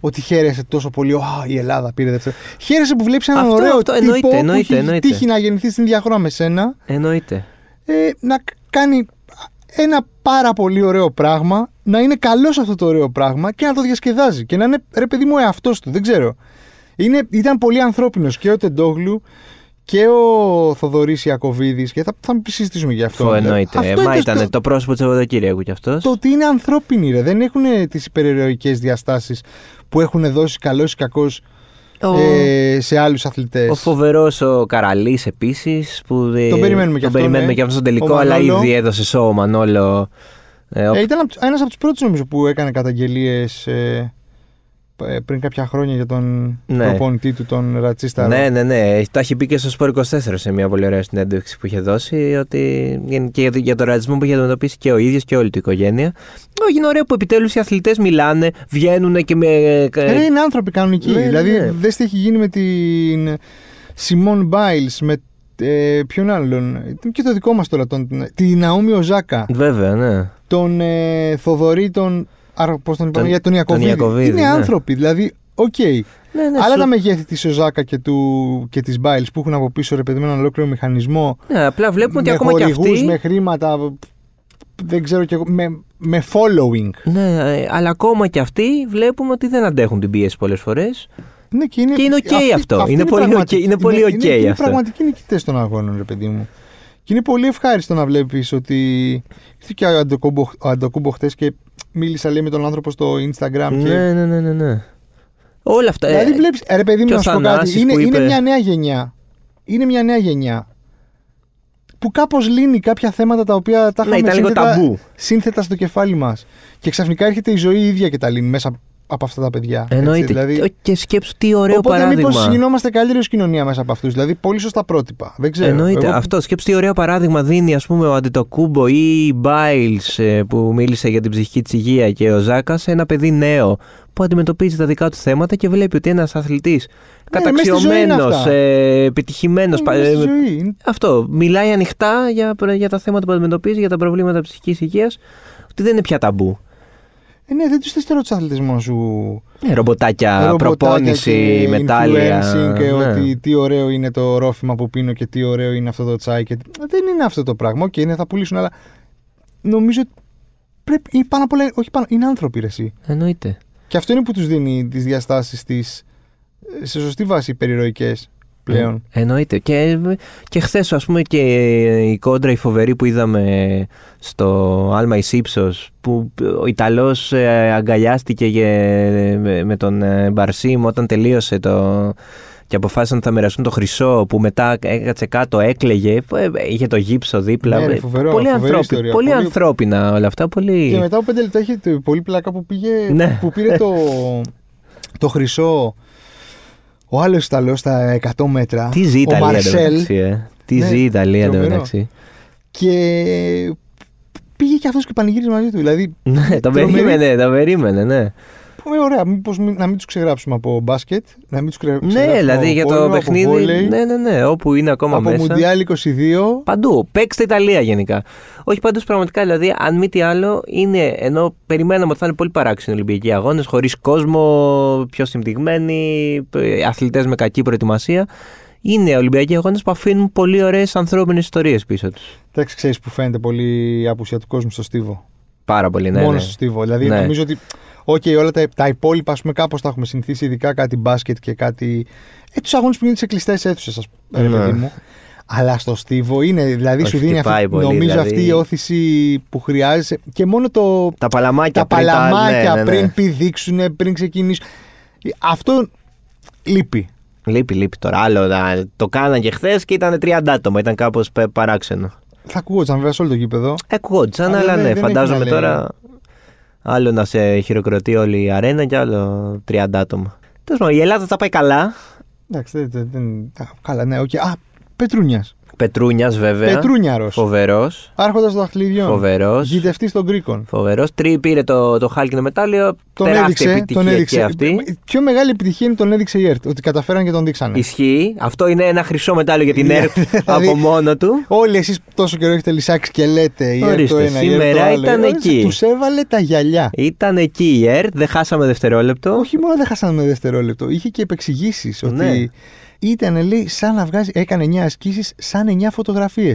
[SPEAKER 1] ότι χαίρεσαι τόσο πολύ. Α, η Ελλάδα πήρε δεύτερο. Χαίρεσαι που βλέπεις έναν
[SPEAKER 2] Αυτό-
[SPEAKER 1] ωραίο
[SPEAKER 2] αυτό,
[SPEAKER 1] τύπο
[SPEAKER 2] εννοείται,
[SPEAKER 1] που
[SPEAKER 2] εννοείται,
[SPEAKER 1] έχει
[SPEAKER 2] εννοείται.
[SPEAKER 1] τύχει να γεννηθεί στην ίδια χώρα με σένα
[SPEAKER 2] Εννοείται.
[SPEAKER 1] ε, να κ- κάνει ένα πάρα πολύ ωραίο πράγμα, να είναι καλός σε αυτό το ωραίο πράγμα και να το διασκεδάζει. Και να είναι ρε παιδί μου εαυτός του, δεν ξέρω. Είναι, ήταν πολύ ανθρώπινος και ο Τεντόγλου και ο Θοδωρής Ιακοβίδης. Και θα, θα συζητήσουμε για αυτό.
[SPEAKER 2] Αυτό
[SPEAKER 1] μετά.
[SPEAKER 2] εννοείται.
[SPEAKER 1] Αυτό
[SPEAKER 2] Μα
[SPEAKER 1] είναι
[SPEAKER 2] ήταν
[SPEAKER 1] το,
[SPEAKER 2] το, πρόσωπο του Σαββατοκύριακου κι αυτός.
[SPEAKER 1] το ότι είναι ανθρώπινοι, ρε. Δεν έχουν τι υπερηρωικέ διαστάσεις που έχουν δώσει καλός ή κακός
[SPEAKER 3] Ο-
[SPEAKER 1] ε, σε άλλους αθλητές.
[SPEAKER 2] Ο φοβερός ο Καραλής επίσης. Τον
[SPEAKER 1] Τον περιμένουμε κι
[SPEAKER 2] τον
[SPEAKER 1] αυτόν,
[SPEAKER 2] περιμένουμε
[SPEAKER 1] ναι.
[SPEAKER 2] και αυτόν στον τελικό,
[SPEAKER 1] Ο
[SPEAKER 2] αλλά
[SPEAKER 1] Μανόλο.
[SPEAKER 2] ήδη έδωσε σοου ο Μανόλο. Ε, ο-
[SPEAKER 1] Ε, ήταν ένα από τους πρώτους νομίζω που έκανε καταγγελίες ε, πριν κάποια χρόνια για τον
[SPEAKER 2] Ναι.
[SPEAKER 1] προπονητή του, τον Ρατσίστα.
[SPEAKER 2] ναι, ναι, ναι. Τα έχει πει και στο Σπορ 24 σε μια πολύ ωραία συνέντευξη που είχε δώσει. Ότι γεν- και για το- για τον ρατσισμό που είχε αντιμετωπίσει και ο ίδιος και όλη του οικογένεια. Ε, Είναι ωραίο που επιτέλους οι αθλητές μιλάνε, βγαίνουν και με.
[SPEAKER 1] Ε, ρε, είναι άνθρωποι κανονικοί.
[SPEAKER 2] ναι, ναι,
[SPEAKER 1] δηλαδή,
[SPEAKER 2] ναι.
[SPEAKER 1] δες τι έχει γίνει με την Σιμών Μπάιλς, με ε, ποιον άλλον. Ήταν Και το δικό μας τώρα, τον, τη Ναούμι Οζάκα,
[SPEAKER 2] Βέβαια, ναι.
[SPEAKER 1] τον ε, Θοδωρή, τον. Άρα, πώς τον είπαμε,
[SPEAKER 2] Τον-
[SPEAKER 1] για τον Ιακωβίδη.
[SPEAKER 2] Ιακωβίδη,
[SPEAKER 1] είναι
[SPEAKER 2] ναι.
[SPEAKER 1] άνθρωποι, δηλαδή, οκ.
[SPEAKER 2] ναι, ναι
[SPEAKER 1] Άλλα
[SPEAKER 2] σου-
[SPEAKER 1] τα μεγέθη της Οζάκα και, του, και της Μπάιλ που έχουν από πίσω ρε παιδί με έναν ολόκληρο μηχανισμό.
[SPEAKER 2] Ναι, απλά βλέπουμε ότι
[SPEAKER 1] με
[SPEAKER 2] ακόμα και
[SPEAKER 1] χορηγούς,
[SPEAKER 2] αυτοί.
[SPEAKER 1] με χρήματα. Δεν ξέρω κι εγώ. Με, με following.
[SPEAKER 2] Ναι, ε, αλλά ακόμα και αυτοί βλέπουμε ότι δεν αντέχουν την πίεση πολλές φορές.
[SPEAKER 1] Ναι, και είναι,
[SPEAKER 2] Και είναι οκ
[SPEAKER 1] αυτοί-
[SPEAKER 2] αυτό.
[SPEAKER 1] αυτοί
[SPEAKER 2] Είναι πολύ οκ-
[SPEAKER 1] πραγματικοί-
[SPEAKER 2] είναι πολύ οκ
[SPEAKER 1] είναι, είναι
[SPEAKER 2] αυτό.
[SPEAKER 1] πραγματικοί νικητές των αγώνων, ρε παιδί μου. Και είναι πολύ ευχάριστο να βλέπεις ότι. Ήρθε και ο Αντοκούμπο, ο Αντοκούμπο χθες και μίλησα λέει, με τον άνθρωπο στο Instagram. Και...
[SPEAKER 2] Ναι, ναι, ναι, ναι, ναι. Όλα αυτά. ε,
[SPEAKER 1] δηλαδή βλέπει. Ρε παιδί μου,
[SPEAKER 2] και ο
[SPEAKER 1] να σου πω
[SPEAKER 2] Θανάσης
[SPEAKER 1] κάτι. Είναι,
[SPEAKER 2] που
[SPEAKER 1] είναι
[SPEAKER 2] είπε-
[SPEAKER 1] μια νέα γενιά. Είναι μια νέα γενιά που κάπως λύνει κάποια θέματα τα οποία τα
[SPEAKER 2] Ναι,
[SPEAKER 1] είχαμε
[SPEAKER 2] ήταν λίγο
[SPEAKER 1] σύνθετα,
[SPEAKER 2] ταμπού.
[SPEAKER 1] σύνθετα στο κεφάλι μας. Και ξαφνικά έρχεται η ζωή η ίδια και τα λύνει μέσα από αυτά τα παιδιά. Έτσι,
[SPEAKER 2] Εννοείται.
[SPEAKER 1] δηλαδή-
[SPEAKER 2] Και σκέψου τι ωραίο
[SPEAKER 1] Οπότε
[SPEAKER 2] παράδειγμα.
[SPEAKER 1] μήπω γινόμαστε καλύτερη ως κοινωνία μέσα από αυτούς. Δηλαδή, πολύ σωστά πρότυπα. Δεν ξέρω.
[SPEAKER 2] Εννοείται.
[SPEAKER 1] Ναι, Εγώ-
[SPEAKER 2] Αυτό. Σκέψου τι ωραίο παράδειγμα δίνει ας πούμε, ο Αντιτοκούμπο ή η Μπάιλς ε, που μίλησε για την ψυχική της υγεία και ο Ζάκας, ένα παιδί νέο που αντιμετωπίζει τα δικά του θέματα και βλέπει ότι ένας αθλητής
[SPEAKER 1] μέσα Ναι, στη ζωή είναι
[SPEAKER 2] καταξιωμένος,
[SPEAKER 1] αυτά.
[SPEAKER 2] ε, επιτυχημένος.
[SPEAKER 1] Είναι μέσα στη ζωή. Είναι-
[SPEAKER 2] ε, Αυτό. Μιλάει ανοιχτά για, για τα θέματα που αντιμετωπίζει, για τα προβλήματα ψυχικής υγείας, ότι δεν είναι πια ταμπού.
[SPEAKER 1] Ε, ναι, δεν τους θες τώρα του αθλητέ μόνο σου.
[SPEAKER 2] Ε, ρομποτάκια,
[SPEAKER 1] Ναι. ρομποτάκια
[SPEAKER 2] προπόνηση,
[SPEAKER 1] και
[SPEAKER 2] μετάλλια.
[SPEAKER 1] influencing Και
[SPEAKER 2] ναι.
[SPEAKER 1] ότι τι ωραίο είναι το ρόφημα που πίνω και τι ωραίο είναι αυτό το τσάι. Και... Δεν είναι αυτό το πράγμα. Οκ, ναι, θα πουλήσουν, αλλά νομίζω ότι πρέπει. είναι Πάνω απ' όλα, όχι πάνω, είναι άνθρωποι ρε, εσύ.
[SPEAKER 2] Εννοείται.
[SPEAKER 1] Και αυτό είναι που τους δίνει τις διαστάσεις της ε, σε σωστή βάση περιροϊκέ πλέον.
[SPEAKER 2] Ε, εννοείται. Και, και χθες, ας πούμε, και η κόντρα η φοβερή που είδαμε στο Άλμα Ισύψο, που ο Ιταλός αγκαλιάστηκε ε, με- με τον ε, Μπαρσίμ όταν τελείωσε το. και αποφάσισαν ότι θα μοιραστούν το χρυσό, που μετά έκατσε κάτω, έκλαιγε. ε, ε, Είχε το γύψο δίπλα.
[SPEAKER 1] Ναι, ρε,
[SPEAKER 2] Ε,
[SPEAKER 1] φοβερό,
[SPEAKER 2] πολύ,
[SPEAKER 1] φοβερή
[SPEAKER 2] ανθρώπι-
[SPEAKER 1] ιστορία.
[SPEAKER 2] πολύ
[SPEAKER 1] Πολύ-
[SPEAKER 2] ανθρώπινα όλα αυτά. Πολύ...
[SPEAKER 1] Και μετά από πέντε λεπτά είχε το πολύ πλάκα που πήγε.
[SPEAKER 2] Ναι.
[SPEAKER 1] που πήρε το, το χρυσό. Ο άλλος Ιταλό στα 100 μέτρα.
[SPEAKER 2] Τι ζει η
[SPEAKER 1] ο
[SPEAKER 2] Ιταλία
[SPEAKER 1] Μαρσέλ.
[SPEAKER 2] εντωμεταξύ. Ε. Τι
[SPEAKER 1] Ναι,
[SPEAKER 2] ζει η Ιταλία
[SPEAKER 1] τρομερό.
[SPEAKER 2] εντωμεταξύ.
[SPEAKER 1] Και πήγε και αυτός και πανηγύριζε μαζί του. Δηλαδή,
[SPEAKER 2] Ναι, το
[SPEAKER 1] Τρομερή.
[SPEAKER 2] περίμενε, το περίμενε, ναι.
[SPEAKER 1] πούμε, ωραία, μήπως μην- να μην τους ξεγράψουμε από μπάσκετ, να μην τους ξεγράψουμε
[SPEAKER 2] Ναι,
[SPEAKER 1] από
[SPEAKER 2] δηλαδή για το
[SPEAKER 1] πόλο,
[SPEAKER 2] παιχνίδι.
[SPEAKER 1] από, βόλεϊ,
[SPEAKER 2] Ναι, ναι, ναι, όπου είναι ακόμα
[SPEAKER 1] από
[SPEAKER 2] μέσα.
[SPEAKER 1] Μουντιάλ 22.
[SPEAKER 2] Παντού. Παίξτε Ιταλία γενικά. Όχι πάντω πραγματικά, δηλαδή, αν μη τι άλλο, είναι ενώ περιμέναμε ότι θα είναι πολύ παράξενοι Ολυμπιακοί αγώνες, χωρίς κόσμο, πιο συμπτυγμένοι, αθλητές με κακή προετοιμασία. Είναι Ολυμπιακοί αγώνες που αφήνουν πολύ ωραίες ανθρώπινες ιστορίες πίσω τους.
[SPEAKER 1] Εντάξει, ξέρεις που φαίνεται πολύ η απουσία του κόσμου στο Στίβο.
[SPEAKER 2] Πάρα πολύ, ναι.
[SPEAKER 1] μόνο
[SPEAKER 2] ναι.
[SPEAKER 1] στο Στίβο. Δηλαδή
[SPEAKER 2] Ναι.
[SPEAKER 1] νομίζω ότι οκ, όλα τα, τα υπόλοιπα ας πούμε, κάπως τα έχουμε συνηθίσει, ειδικά κάτι μπάσκετ και κάτι. Ε, τους αγώνες που γίνονται σε κλειστές αίθουσες, ας πούμε,
[SPEAKER 2] Ναι.
[SPEAKER 1] παιδί μου. Αλλά στο Στίβο είναι, δηλαδή
[SPEAKER 2] Όχι,
[SPEAKER 1] σου δίνει αυτή,
[SPEAKER 2] χτυπάει πολύ,
[SPEAKER 1] νομίζω
[SPEAKER 2] δηλαδή.
[SPEAKER 1] αυτή η όθηση που χρειάζεσαι. Και μόνο το,
[SPEAKER 2] Τα παλαμάκια
[SPEAKER 1] τα
[SPEAKER 2] πριν ναι,
[SPEAKER 1] παλαμάκια
[SPEAKER 2] ναι, ναι.
[SPEAKER 1] πριν πηδήξουν, πριν ξεκινήσουν. Αυτό λείπει.
[SPEAKER 2] Λείπει, λείπει τώρα. Άλλο, α, το κάναν και χθες και ήταν 30 άτομα. Ήταν κάπως παράξενο.
[SPEAKER 1] Θα ακούγονταν βέβαια σε όλο το γήπεδο.
[SPEAKER 2] Ακούγονταν,
[SPEAKER 1] Αλλά
[SPEAKER 2] αλλά
[SPEAKER 1] δεν-
[SPEAKER 2] ναι,
[SPEAKER 1] δεν έχει
[SPEAKER 2] φαντάζομαι
[SPEAKER 1] να λέει.
[SPEAKER 2] τώρα. Άλλο να σε χειροκροτεί όλη η αρένα και άλλο 30 άτομα. Τέλος πάντων, η Ελλάδα τα πάει καλά.
[SPEAKER 1] Εντάξει, δεν. δεν- δεν- α, Καλά, ναι, οκ. Α, Πετρούνιας.
[SPEAKER 2] Πετρούνιας βέβαια.
[SPEAKER 1] Πετρούνιαρος.
[SPEAKER 2] Φοβερός.
[SPEAKER 1] Άρχοντας των δαχτυλιδιών.
[SPEAKER 2] Φοβερός.
[SPEAKER 1] Γητευτής των Γκρίκων.
[SPEAKER 2] Φοβερός. Τρει πήρε το, το χάλκινο μετάλλιο.
[SPEAKER 1] Τον
[SPEAKER 2] τεράστια
[SPEAKER 1] έδειξε,
[SPEAKER 2] επιτυχία
[SPEAKER 1] τον
[SPEAKER 2] και
[SPEAKER 1] έδειξε.
[SPEAKER 2] αυτή.
[SPEAKER 1] Η Πιο μεγάλη επιτυχία είναι τον έδειξε η ΕΡΤ. Ότι καταφέραν και τον δείξανε.
[SPEAKER 2] Ισχύει. Αυτό είναι ένα χρυσό μετάλλιο για την
[SPEAKER 1] Ναι,
[SPEAKER 2] ΕΡΤ
[SPEAKER 1] δηλαδή-
[SPEAKER 2] από μόνο του.
[SPEAKER 1] Όλοι εσείς τόσο καιρό έχετε λυσάξει και λέτε η ΕΡΤ το
[SPEAKER 2] Ορίστε,
[SPEAKER 1] ένα, η
[SPEAKER 2] σήμερα
[SPEAKER 1] ΕΡΤ το άλλο.
[SPEAKER 2] ήταν εκεί.
[SPEAKER 1] Τους έβαλε τα γυαλιά.
[SPEAKER 2] Ήταν εκεί η ΕΡΤ, δεν χάσαμε δευτερόλεπτο.
[SPEAKER 1] Όχι μόνο δεν χάσαμε δευτερόλεπτο, είχε και επεξηγήσεις ότι
[SPEAKER 2] Ναι.
[SPEAKER 1] ήταν λέει σαν να βγάζει, έκανε 9 ασκήσεις, σαν 9 φωτογραφίε.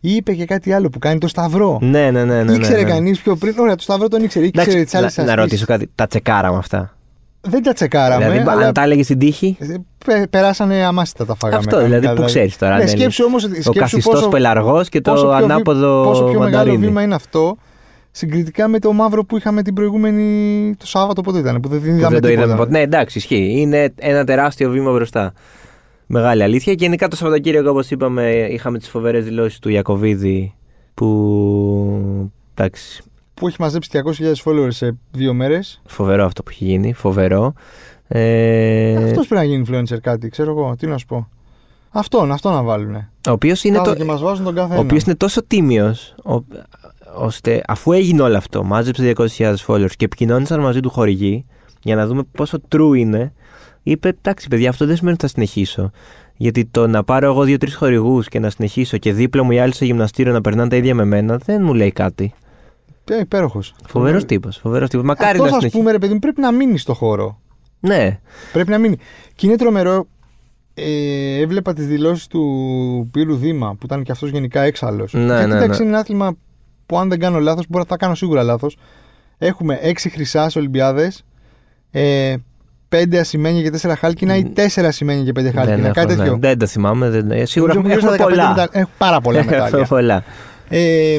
[SPEAKER 1] Είπε και κάτι άλλο που κάνει το Σταυρό.
[SPEAKER 2] Ναι, ναι, ναι. ναι, ναι,
[SPEAKER 1] Ήξερε
[SPEAKER 2] ναι.
[SPEAKER 1] κανείς πιο πριν. Ωραία, το Σταυρό τον ήξερε.
[SPEAKER 2] Εντάξει,
[SPEAKER 1] Ήξερε τις άλλες
[SPEAKER 2] να, να ρωτήσω κάτι. Τα τσεκάραμε αυτά.
[SPEAKER 1] Δεν τα τσεκάραμε.
[SPEAKER 2] δηλαδή,
[SPEAKER 1] αλλά
[SPEAKER 2] αν τα έλεγε στην τύχη.
[SPEAKER 1] Ε, πε- περάσανε αμάστα τα φάγαμε.
[SPEAKER 2] Αυτό δηλαδή
[SPEAKER 1] κανονικά,
[SPEAKER 2] που ξέρεις τώρα,
[SPEAKER 1] Ναι,
[SPEAKER 2] αν είναι
[SPEAKER 1] σκέψου όμως, ότι-
[SPEAKER 2] Ο
[SPEAKER 1] σκέψου
[SPEAKER 2] καθιστός
[SPEAKER 1] πόσο,
[SPEAKER 2] πελαργός και το
[SPEAKER 1] πόσο πιο βή-
[SPEAKER 2] ανάποδο
[SPEAKER 1] Πόσο πιο μεγάλο
[SPEAKER 2] μανταρίνι.
[SPEAKER 1] βήμα είναι αυτό συγκριτικά με το μαύρο που είχαμε την προηγούμενη. το Σάββατο πότε ήταν, που δεν,
[SPEAKER 2] Που
[SPEAKER 1] είδαμε
[SPEAKER 2] δεν το
[SPEAKER 1] τίποτα.
[SPEAKER 2] είδαμε ποτέ. Ναι, εντάξει, ισχύει. Είναι ένα τεράστιο βήμα μπροστά. Μεγάλη αλήθεια. Και γενικά το Σαββατοκύριακο, όπως είπαμε, είχαμε τις φοβερές δηλώσεις του Ιακοβίδη που. Εντάξει,
[SPEAKER 1] Που έχει μαζέψει 200.000 followers σε δύο μέρες.
[SPEAKER 2] φοβερό αυτό που έχει γίνει. Φοβερό. Ε,
[SPEAKER 1] Ε... Αυτός πρέπει να γίνει influencer κάτι, ξέρω εγώ. Τι να σου πω. Αυτόν, αυτό να βάλουν.
[SPEAKER 2] ο οποίος είναι, το,
[SPEAKER 1] Και μας βάζουν τον κάθε
[SPEAKER 2] ο οποίος
[SPEAKER 1] ένα.
[SPEAKER 2] είναι τόσο τίμιος, ώστε αφού έγινε όλο αυτό, μάζεψε 200.000 followers και επικοινώνησαν μαζί του χορηγοί για να δούμε πόσο true είναι, είπε: Εντάξει, παιδιά, αυτό δεν σημαίνει ότι θα συνεχίσω. Γιατί το να πάρω εγώ δύο-τρει χορηγούς και να συνεχίσω και δίπλα μου οι άλλοι στο γυμναστήριο να περνάνε τα ίδια με μένα δεν μου λέει κάτι.
[SPEAKER 1] Ε, υπέροχος.
[SPEAKER 2] Φοβερός τύπος. Φοβερός τύπος. Μακάρι
[SPEAKER 1] Αυτός
[SPEAKER 2] να
[SPEAKER 1] ας
[SPEAKER 2] συνεχίσει.
[SPEAKER 1] πούμε, ρε παιδί μου, πρέπει να μείνει στο χώρο.
[SPEAKER 2] Ναι,
[SPEAKER 1] Πρέπει να μείνει. Και είναι τρομερό. Ε, έβλεπα τις δηλώσεις του Πύρου Δήμα, που ήταν και αυτός γενικά έξαλλος.
[SPEAKER 2] Ναι,
[SPEAKER 1] Γιατί
[SPEAKER 2] ναι,
[SPEAKER 1] εντάξει,
[SPEAKER 2] ναι.
[SPEAKER 1] είναι ένα άθλημα που αν δεν κάνω λάθος, μπορεί να τα κάνω σίγουρα λάθος. Έχουμε έξι χρυσάς Ολυμπιάδες, ε, πέντε ασημένια και τέσσερα χάλκινα ή τέσσερα ασημένια και πέντε χάλκινα.
[SPEAKER 2] δεν, έχω-
[SPEAKER 1] κάτι
[SPEAKER 2] ναι.
[SPEAKER 1] τέτοιο.
[SPEAKER 2] δεν τα θυμάμαι. Δεν... Σίγουρα
[SPEAKER 1] Νομίζω
[SPEAKER 2] έχουμε,
[SPEAKER 1] γύρω στα 15
[SPEAKER 2] έχουμε πολλά.
[SPEAKER 1] μετάλλια. Έχω πάρα πολλά
[SPEAKER 2] Έχουμε
[SPEAKER 1] μετάλλια.
[SPEAKER 2] πολλά.
[SPEAKER 1] Ε,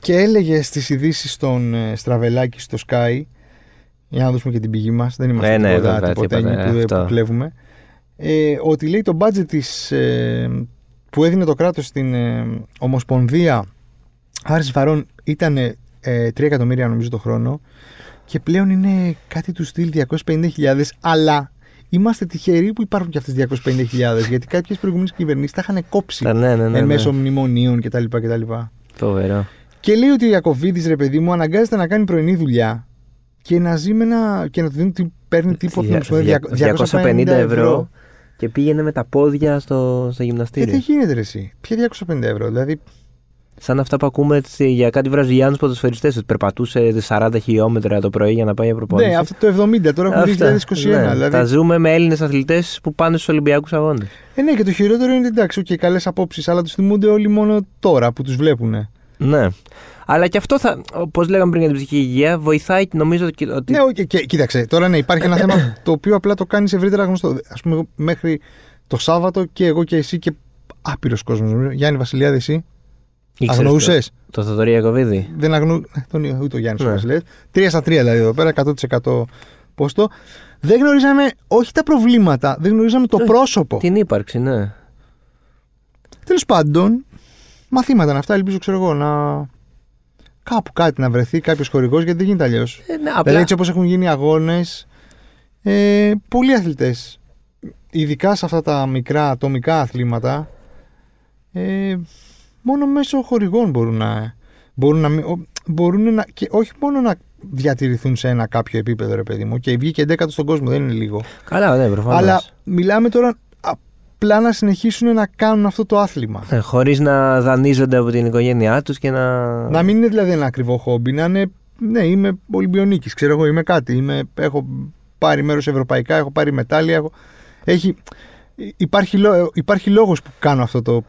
[SPEAKER 1] και έλεγε στι ειδήσεις στον ε, Στραβελάκη στο Sky. Για να δώσουμε και την πηγή μας. Δεν είμαστε
[SPEAKER 2] Ναι, ναι,
[SPEAKER 1] τίποτα,
[SPEAKER 2] βέβαια,
[SPEAKER 1] τίποτα,
[SPEAKER 2] τίποτα,
[SPEAKER 1] εννοι
[SPEAKER 2] ε,
[SPEAKER 1] που,
[SPEAKER 2] αυτό.
[SPEAKER 1] που κλέβουμε. Ε, ότι λέει το budget της, ε, που έδινε το κράτος στην ε, Ομοσπονδία Άρης Βαρών ήταν ε, 3 εκατομμύρια νομίζω το χρόνο και πλέον είναι κάτι του στυλ 250.000 αλλά είμαστε τυχεροί που υπάρχουν και αυτές 250.000 γιατί κάποιες προηγούμενες κυβερνήσεις τα είχαν κόψει
[SPEAKER 2] Ναι, ναι, ναι, ναι.
[SPEAKER 1] εν μέσω μνημονίων κτλ. κτλ.
[SPEAKER 2] Φοβερό.
[SPEAKER 1] Και λέει ότι ο Ιακοβίδη, ρε παιδί μου, αναγκάζεται να κάνει πρωινή δουλειά και να ζει με ένα. και να του δίνει τι παίρνει τίποτα.
[SPEAKER 2] Ε, Δια- δια- 250 ευρώ και πήγαινε με τα πόδια στο, στο
[SPEAKER 1] Και
[SPEAKER 2] γυμναστήριο.
[SPEAKER 1] Ε, δεν γίνεται ρε, εσύ. Ποια 250 ευρώ, δηλαδή.
[SPEAKER 2] Σαν αυτά που ακούμε έτσι, για κάτι βραζιλιάνου ποδοσφαιριστές. Ότι περπατούσε 40 χιλιόμετρα το πρωί για να πάει για προπόνηση.
[SPEAKER 1] Ναι, αυτό το 70, τώρα έχουμε
[SPEAKER 2] Λοιπόν, Αυτά,
[SPEAKER 1] 2021.
[SPEAKER 2] ναι.
[SPEAKER 1] δηλαδή.
[SPEAKER 2] Τα ζούμε με Έλληνες αθλητές που πάνε στους Ολυμπιακούς Αγώνες.
[SPEAKER 1] Ε, ναι, και το χειρότερο είναι ότι εντάξει, και καλές απόψεις, αλλά τους θυμούνται όλοι μόνο τώρα που τους βλέπουν.
[SPEAKER 2] Ναι. Αλλά και αυτό θα. Όπω λέγαμε πριν για την ψυχική υγεία, βοηθάει νομίζω και ότι.
[SPEAKER 1] Ναι, όχι, και, κοίταξε, τώρα ναι, υπάρχει ένα θέμα το οποίο απλά το κάνεις ευρύτερα γνωστό. Ας πούμε, εγώ μέχρι το Σάββατο και εγώ και εσύ και άπειρος κόσμος. Γιάννη Βασιλιάδη, εσύ
[SPEAKER 2] Ήξερες
[SPEAKER 1] αγνοούσες.
[SPEAKER 2] Το, το Θοδωρή Ιακοβίδη.
[SPEAKER 1] Δεν αγνού. ε, Τον είδα, ούτε ο Γιάννης
[SPEAKER 2] Ναι.
[SPEAKER 1] ναι. λέει. Τρία στα τρία δηλαδή εδώ πέρα, 100% πόστο. Δεν γνωρίζαμε όχι τα προβλήματα, δεν γνωρίζαμε το
[SPEAKER 2] Όχι.
[SPEAKER 1] πρόσωπο.
[SPEAKER 2] Την ύπαρξη, ναι.
[SPEAKER 1] Τέλος πάντων, μαθήματα είναι αυτά. Ελπίζω, ξέρω εγώ, να. κάπου κάτι να βρεθεί, κάποιος χορηγός, γιατί δεν γίνεται αλλιώς.
[SPEAKER 2] Ε, ναι, απλά.
[SPEAKER 1] Δηλαδή, έτσι όπως έχουν γίνει αγώνες, ε, πολλοί αθλητές, ειδικά σε αυτά τα μικρά ατομικά αθλήματα, ε, μόνο μέσω χορηγών μπορούν να. Μπορούν να, μει- ο- μπορούν να και όχι μόνο να διατηρηθούν σε ένα κάποιο επίπεδο, ρε παιδί μου. Και βγήκε 11 στον κόσμο, δεν είναι λίγο.
[SPEAKER 2] Καλά, ναι, προφανώς.
[SPEAKER 1] Αλλά μιλάμε τώρα απλά να συνεχίσουν να κάνουν αυτό το άθλημα.
[SPEAKER 2] Ε, Χωρίς να δανείζονται από την οικογένειά τους και να.
[SPEAKER 1] Να μην είναι δηλαδή ένα ακριβό χόμπι, να είναι. Ναι, είμαι Ολυμπιονίκης, ξέρω εγώ, είμαι κάτι. Είμαι, έχω πάρει μέρος ευρωπαϊκά, έχω πάρει μετάλλια. Έχω, έχει, υπάρχει, λό- υπάρχει λόγος που κάνω αυτό το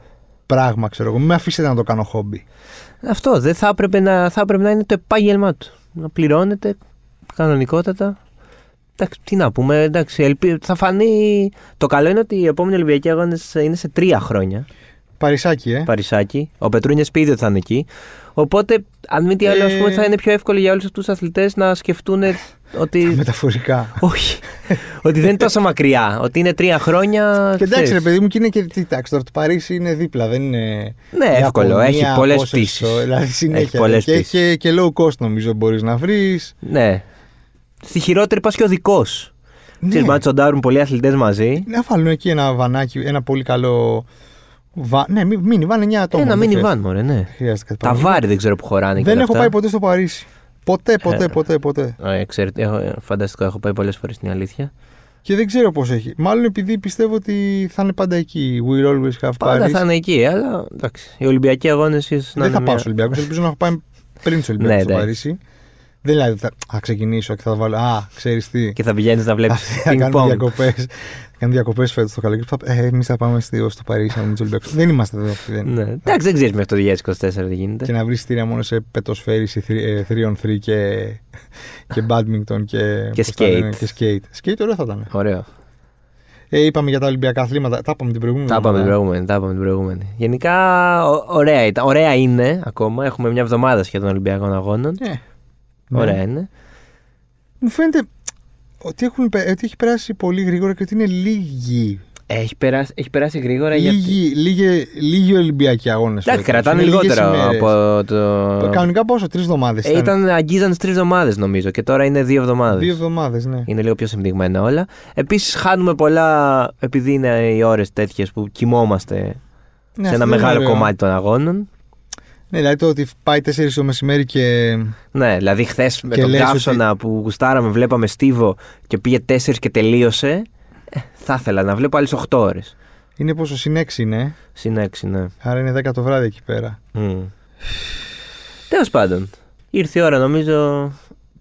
[SPEAKER 1] πράγμα, ξέρω εγώ. Μην με αφήσετε να το κάνω χόμπι.
[SPEAKER 2] Αυτό δεν θα έπρεπε να, θα έπρεπε να είναι το επάγγελμά του. Να πληρώνεται κανονικότατα. Εντάξει, τι να πούμε, εντάξει, ελπι- θα φανεί. Το καλό είναι ότι οι επόμενοι Ολυμπιακοί Αγώνες είναι σε τρία χρόνια.
[SPEAKER 1] Παρισάκι, ε.
[SPEAKER 2] Παρισάκι. Ο Πετρούνιας πει ότι θα είναι εκεί. Οπότε, αν μη τι άλλο, ας
[SPEAKER 1] Ε.
[SPEAKER 2] πούμε, θα είναι πιο εύκολο για όλους αυτούς τους αθλητές να σκεφτούν ότι.
[SPEAKER 1] Μεταφορικά.
[SPEAKER 2] όχι. ότι δεν είναι τόσο μακριά. Ότι είναι τρία χρόνια.
[SPEAKER 1] Και εντάξει, ρε
[SPEAKER 2] ξέρεις.
[SPEAKER 1] παιδί μου, και είναι και. Τι, εντάξει, τώρα το Παρίσι είναι δίπλα, δεν είναι.
[SPEAKER 2] Ναι,
[SPEAKER 1] Ιαπωνία,
[SPEAKER 2] εύκολο. Έχει πολλές
[SPEAKER 1] πόσο
[SPEAKER 2] πτήσεις.
[SPEAKER 1] στο- Δηλαδή συνέχεια.
[SPEAKER 2] Έχει πολλές
[SPEAKER 1] και,
[SPEAKER 2] πτήσεις.
[SPEAKER 1] και, και low cost νομίζω μπορείς να βρεις.
[SPEAKER 2] Ναι. Στη χειρότερη πας και ο δικός.
[SPEAKER 1] Ναι.
[SPEAKER 2] Ξέρεις, μπορεί να τσοντάρουν πολλοί αθλητές μαζί.
[SPEAKER 1] Να βάλουν εκεί ένα βανάκι, ένα πολύ καλό. Βα... Ναι, μι- μίνι βαν 9 ατόμων.
[SPEAKER 2] Ένα
[SPEAKER 1] δεν
[SPEAKER 2] μίνι
[SPEAKER 1] χρειάζεται-
[SPEAKER 2] Ε, βαν, μωρέ, ναι.
[SPEAKER 1] Χρειάζεται κάτι
[SPEAKER 2] Τα
[SPEAKER 1] παραπάνω.
[SPEAKER 2] βάρη δεν ξέρω που χωράνε. και
[SPEAKER 1] Δεν
[SPEAKER 2] όλα
[SPEAKER 1] έχω
[SPEAKER 2] αυτά.
[SPEAKER 1] πάει ποτέ στο Παρίσι. Ποτέ, ποτέ,
[SPEAKER 2] Ε.
[SPEAKER 1] ποτέ, ποτέ.
[SPEAKER 2] Ε, ξέρετε, έχω- ε, φανταστικό, έχω πάει πολλές φορές στην αλήθεια.
[SPEAKER 1] Και δεν ξέρω πώς έχει. Μάλλον επειδή πιστεύω ότι θα είναι πάντα εκεί. We always have
[SPEAKER 2] Πάντα
[SPEAKER 1] Paris.
[SPEAKER 2] θα είναι εκεί, αλλά εντάξει. Οι Ολυμπιακοί αγώνες ίσως να
[SPEAKER 1] Δεν
[SPEAKER 2] είναι.
[SPEAKER 1] θα πάω
[SPEAKER 2] μια-
[SPEAKER 1] στους Ολυμπιακούς. Ελπίζω να έχω πάει πριν του Ολυμπιακού
[SPEAKER 2] Ναι,
[SPEAKER 1] στο
[SPEAKER 2] εντάξει.
[SPEAKER 1] Παρίσι. Δεν δηλαδή θα θα ξεκινήσω και θα βάλω. Α, ξέρεις τι.
[SPEAKER 2] Και θα πηγαίνεις να βλέπεις
[SPEAKER 1] Θα
[SPEAKER 2] πινκ
[SPEAKER 1] κάνουμε
[SPEAKER 2] πονγκ.
[SPEAKER 1] διακοπέ. Κάνουμε διακοπές φέτος το καλοκαίρι. Εμείς θα πάμε στη- στο Παρίσι να δούμε του Ολυμπιακού. Δεν είμαστε εδώ. αυτοί δεν-
[SPEAKER 2] Ναι. Εντάξει, δεν ξέρεις μέχρι το 2024 τι γίνεται.
[SPEAKER 1] Και να βρεις εισιτήρια μόνο σε πετοσφαίρι, 3-on-3 ε, και, και badminton και,
[SPEAKER 2] Και
[SPEAKER 1] πώς τα
[SPEAKER 2] skate.
[SPEAKER 1] λένε, και skate. Skate ωραίο θα ήταν.
[SPEAKER 2] Ωραίο.
[SPEAKER 1] Ε, είπαμε για τα Ολυμπιακά αθλήματα. Τα είπαμε την προηγούμενη.
[SPEAKER 2] Τα είπαμε την
[SPEAKER 1] εβδομάδα.
[SPEAKER 2] προηγούμενη, τα είπαμε την προηγούμενη. Γενικά, ω- ωραία, ήταν- ωραία είναι ακόμα. Έχουμε μια εβδομάδα σχεδόν Ολυμπιακών Αγώνων.
[SPEAKER 1] Ε, ναι.
[SPEAKER 2] Ωραία είναι.
[SPEAKER 1] Μου φαίνεται ότι, έχουν, πε- ότι έχει περάσει πολύ γρήγορα και ότι είναι λίγοι.
[SPEAKER 2] Έχει περάσει, έχει περάσει γρήγορα Ε, γιατί.
[SPEAKER 1] Λίγοι, λίγοι, λίγοι Ολυμπιακοί αγώνες.
[SPEAKER 2] Εντάξει, κρατάνε λιγότερο από το.
[SPEAKER 1] Ε, Κανονικά πόσο, τρεις εβδομάδες.
[SPEAKER 2] Ε, ήταν, αγγίζαν στις τρεις εβδομάδες νομίζω και τώρα είναι δύο εβδομάδες.
[SPEAKER 1] Δύο εβδομάδες, ναι.
[SPEAKER 2] Είναι λίγο πιο συμπτυγμένα όλα. Επίσης, χάνουμε πολλά επειδή είναι οι ώρες τέτοιες που κοιμόμαστε
[SPEAKER 1] Ναι,
[SPEAKER 2] σε
[SPEAKER 1] αυτό
[SPEAKER 2] ένα
[SPEAKER 1] δεν
[SPEAKER 2] μεγάλο
[SPEAKER 1] είναι ωραίο.
[SPEAKER 2] κομμάτι των αγώνων.
[SPEAKER 1] Ναι, δηλαδή το ότι πάει 4 το μεσημέρι και.
[SPEAKER 2] Ναι, δηλαδή χθες με
[SPEAKER 1] Και
[SPEAKER 2] τον
[SPEAKER 1] λες
[SPEAKER 2] καύσωνα που γουστάραμε, βλέπαμε Στίβο και πήγε 4 και τελείωσε. ε, Θα ήθελα να βλέπω άλλες 8 ώρες.
[SPEAKER 1] Είναι πόσο συν 6 είναι.
[SPEAKER 2] Συν 6, ναι.
[SPEAKER 1] Άρα είναι 10 το βράδυ εκεί πέρα.
[SPEAKER 2] Τέλος πάντων, ήρθε η ώρα νομίζω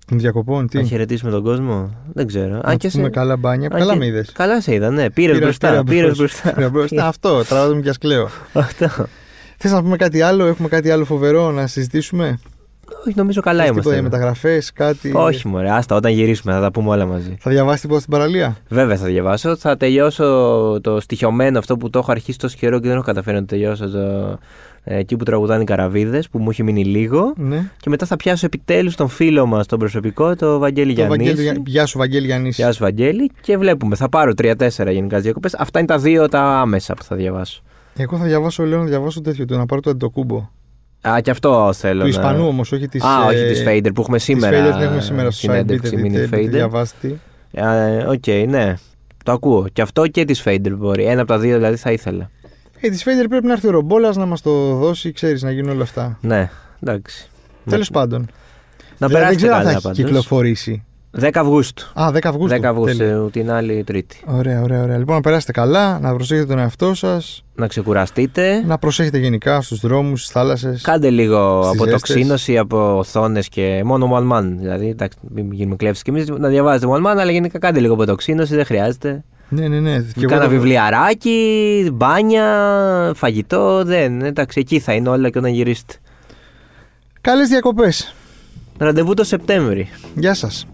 [SPEAKER 1] Των διακοπών, τι.
[SPEAKER 2] να χαιρετήσουμε τον κόσμο. Δεν ξέρω.
[SPEAKER 1] Να τους πούμε καλά μπάνια.
[SPEAKER 2] αν
[SPEAKER 1] Ε, Καλά
[SPEAKER 2] και-
[SPEAKER 1] με είδες.
[SPEAKER 2] Καλά σε είδα, ναι. Πήρες μπροστά. Πήρες μπροστά.
[SPEAKER 1] Αυτό, τραβάζομαι και ασκλαίω.
[SPEAKER 2] Αυτό.
[SPEAKER 1] Θες να πούμε κάτι άλλο, έχουμε κάτι άλλο φοβερό να συζητήσουμε.
[SPEAKER 2] Όχι, νομίζω καλά
[SPEAKER 1] Θες τίποτα
[SPEAKER 2] είμαστε. ναι.
[SPEAKER 1] για μεταγραφές, κάτι.
[SPEAKER 2] Όχι, μωρέ, άστα, όταν γυρίσουμε θα τα πούμε όλα μαζί.
[SPEAKER 1] Θα διαβάσει τίποτα στην παραλία.
[SPEAKER 2] Βέβαια θα διαβάσω. Θα τελειώσω το στοιχειωμένο αυτό που το έχω αρχίσει τόσο καιρό και δεν έχω καταφέρει να το τελειώσω. Το, ε, εκεί που τραγουδάνε οι καραβίδες, που μου έχει μείνει λίγο.
[SPEAKER 1] Ναι.
[SPEAKER 2] Και μετά θα πιάσω επιτέλους τον φίλο μας, τον προσωπικό, το Βαγγέλη
[SPEAKER 1] Το Βαγγέλη,
[SPEAKER 2] Γιάννης.
[SPEAKER 1] γεια σου, Βαγγέλη Γιάννης.
[SPEAKER 2] Γεια σου, Βαγγέλη. Και βλέπουμε. Θα πάρω τρία-τέσσερα γενικά διακοπές. Αυτά είναι τα δύο τα άμεσα που θα διαβάσω.
[SPEAKER 1] Εγώ θα διαβάσω, λέω, να διαβάσω τέτοιο του, να πάρω το αντοκούμπο.
[SPEAKER 2] Α, και αυτό θέλω.
[SPEAKER 1] Του
[SPEAKER 2] να-
[SPEAKER 1] Ισπανού όμως, όχι της.
[SPEAKER 2] Α, όχι της Fader που έχουμε σήμερα.
[SPEAKER 1] την έχουμε σήμερα στο site.
[SPEAKER 2] συνέντευξη,
[SPEAKER 1] Μπείτε,
[SPEAKER 2] μην είναι
[SPEAKER 1] δείτε, μπείτε,
[SPEAKER 2] Fader.
[SPEAKER 1] διαβάστε.
[SPEAKER 2] Ε, Οκ, ναι. Το ακούω. Και αυτό και της Fader μπορεί. Ένα από τα δύο δηλαδή θα ήθελα.
[SPEAKER 1] Ε, της Φέιντερ πρέπει να έρθει ο Ρομπόλας να μας το δώσει, ξέρεις, να γίνουν όλα αυτά.
[SPEAKER 2] Ναι, εντάξει.
[SPEAKER 1] Τέλος πάντων.
[SPEAKER 2] Να
[SPEAKER 1] Δηλαδή, δεν
[SPEAKER 2] περάσετε
[SPEAKER 1] ξέρω αν θα
[SPEAKER 2] καλά
[SPEAKER 1] έχει
[SPEAKER 2] πάντως.
[SPEAKER 1] κυκλοφορήσει.
[SPEAKER 2] 10 Αυγούστου.
[SPEAKER 1] Α, 10 Αυγούστου.
[SPEAKER 2] 10
[SPEAKER 1] τέλεια.
[SPEAKER 2] Αυγούστου, την άλλη Τρίτη.
[SPEAKER 1] Ωραία, ωραία, ωραία. Λοιπόν, να περάσετε καλά, να προσέχετε τον εαυτό σας,
[SPEAKER 2] Να ξεκουραστείτε.
[SPEAKER 1] να προσέχετε γενικά στους δρόμους, στις θάλασσες.
[SPEAKER 2] Κάντε λίγο
[SPEAKER 1] Στις
[SPEAKER 2] αποτοξίνωση από οθόνες και μόνο one man. Δηλαδή, εντάξει, μην γίνουμε κλέφτε κι εμείς. Να διαβάζετε one man, αλλά γενικά κάντε λίγο αποτοξίνωση, δεν χρειάζεται.
[SPEAKER 1] Ναι, ναι, ναι. Και εγώ
[SPEAKER 2] Κάνα
[SPEAKER 1] το-
[SPEAKER 2] βιβλιαράκι, μπάνια, φαγητό. Δεν. Εντάξει, εκεί θα είναι όλα και όταν γυρίσετε.
[SPEAKER 1] Καλές διακοπές.
[SPEAKER 2] Ραντεβού το Σεπτέμβρη.
[SPEAKER 1] Γεια σας.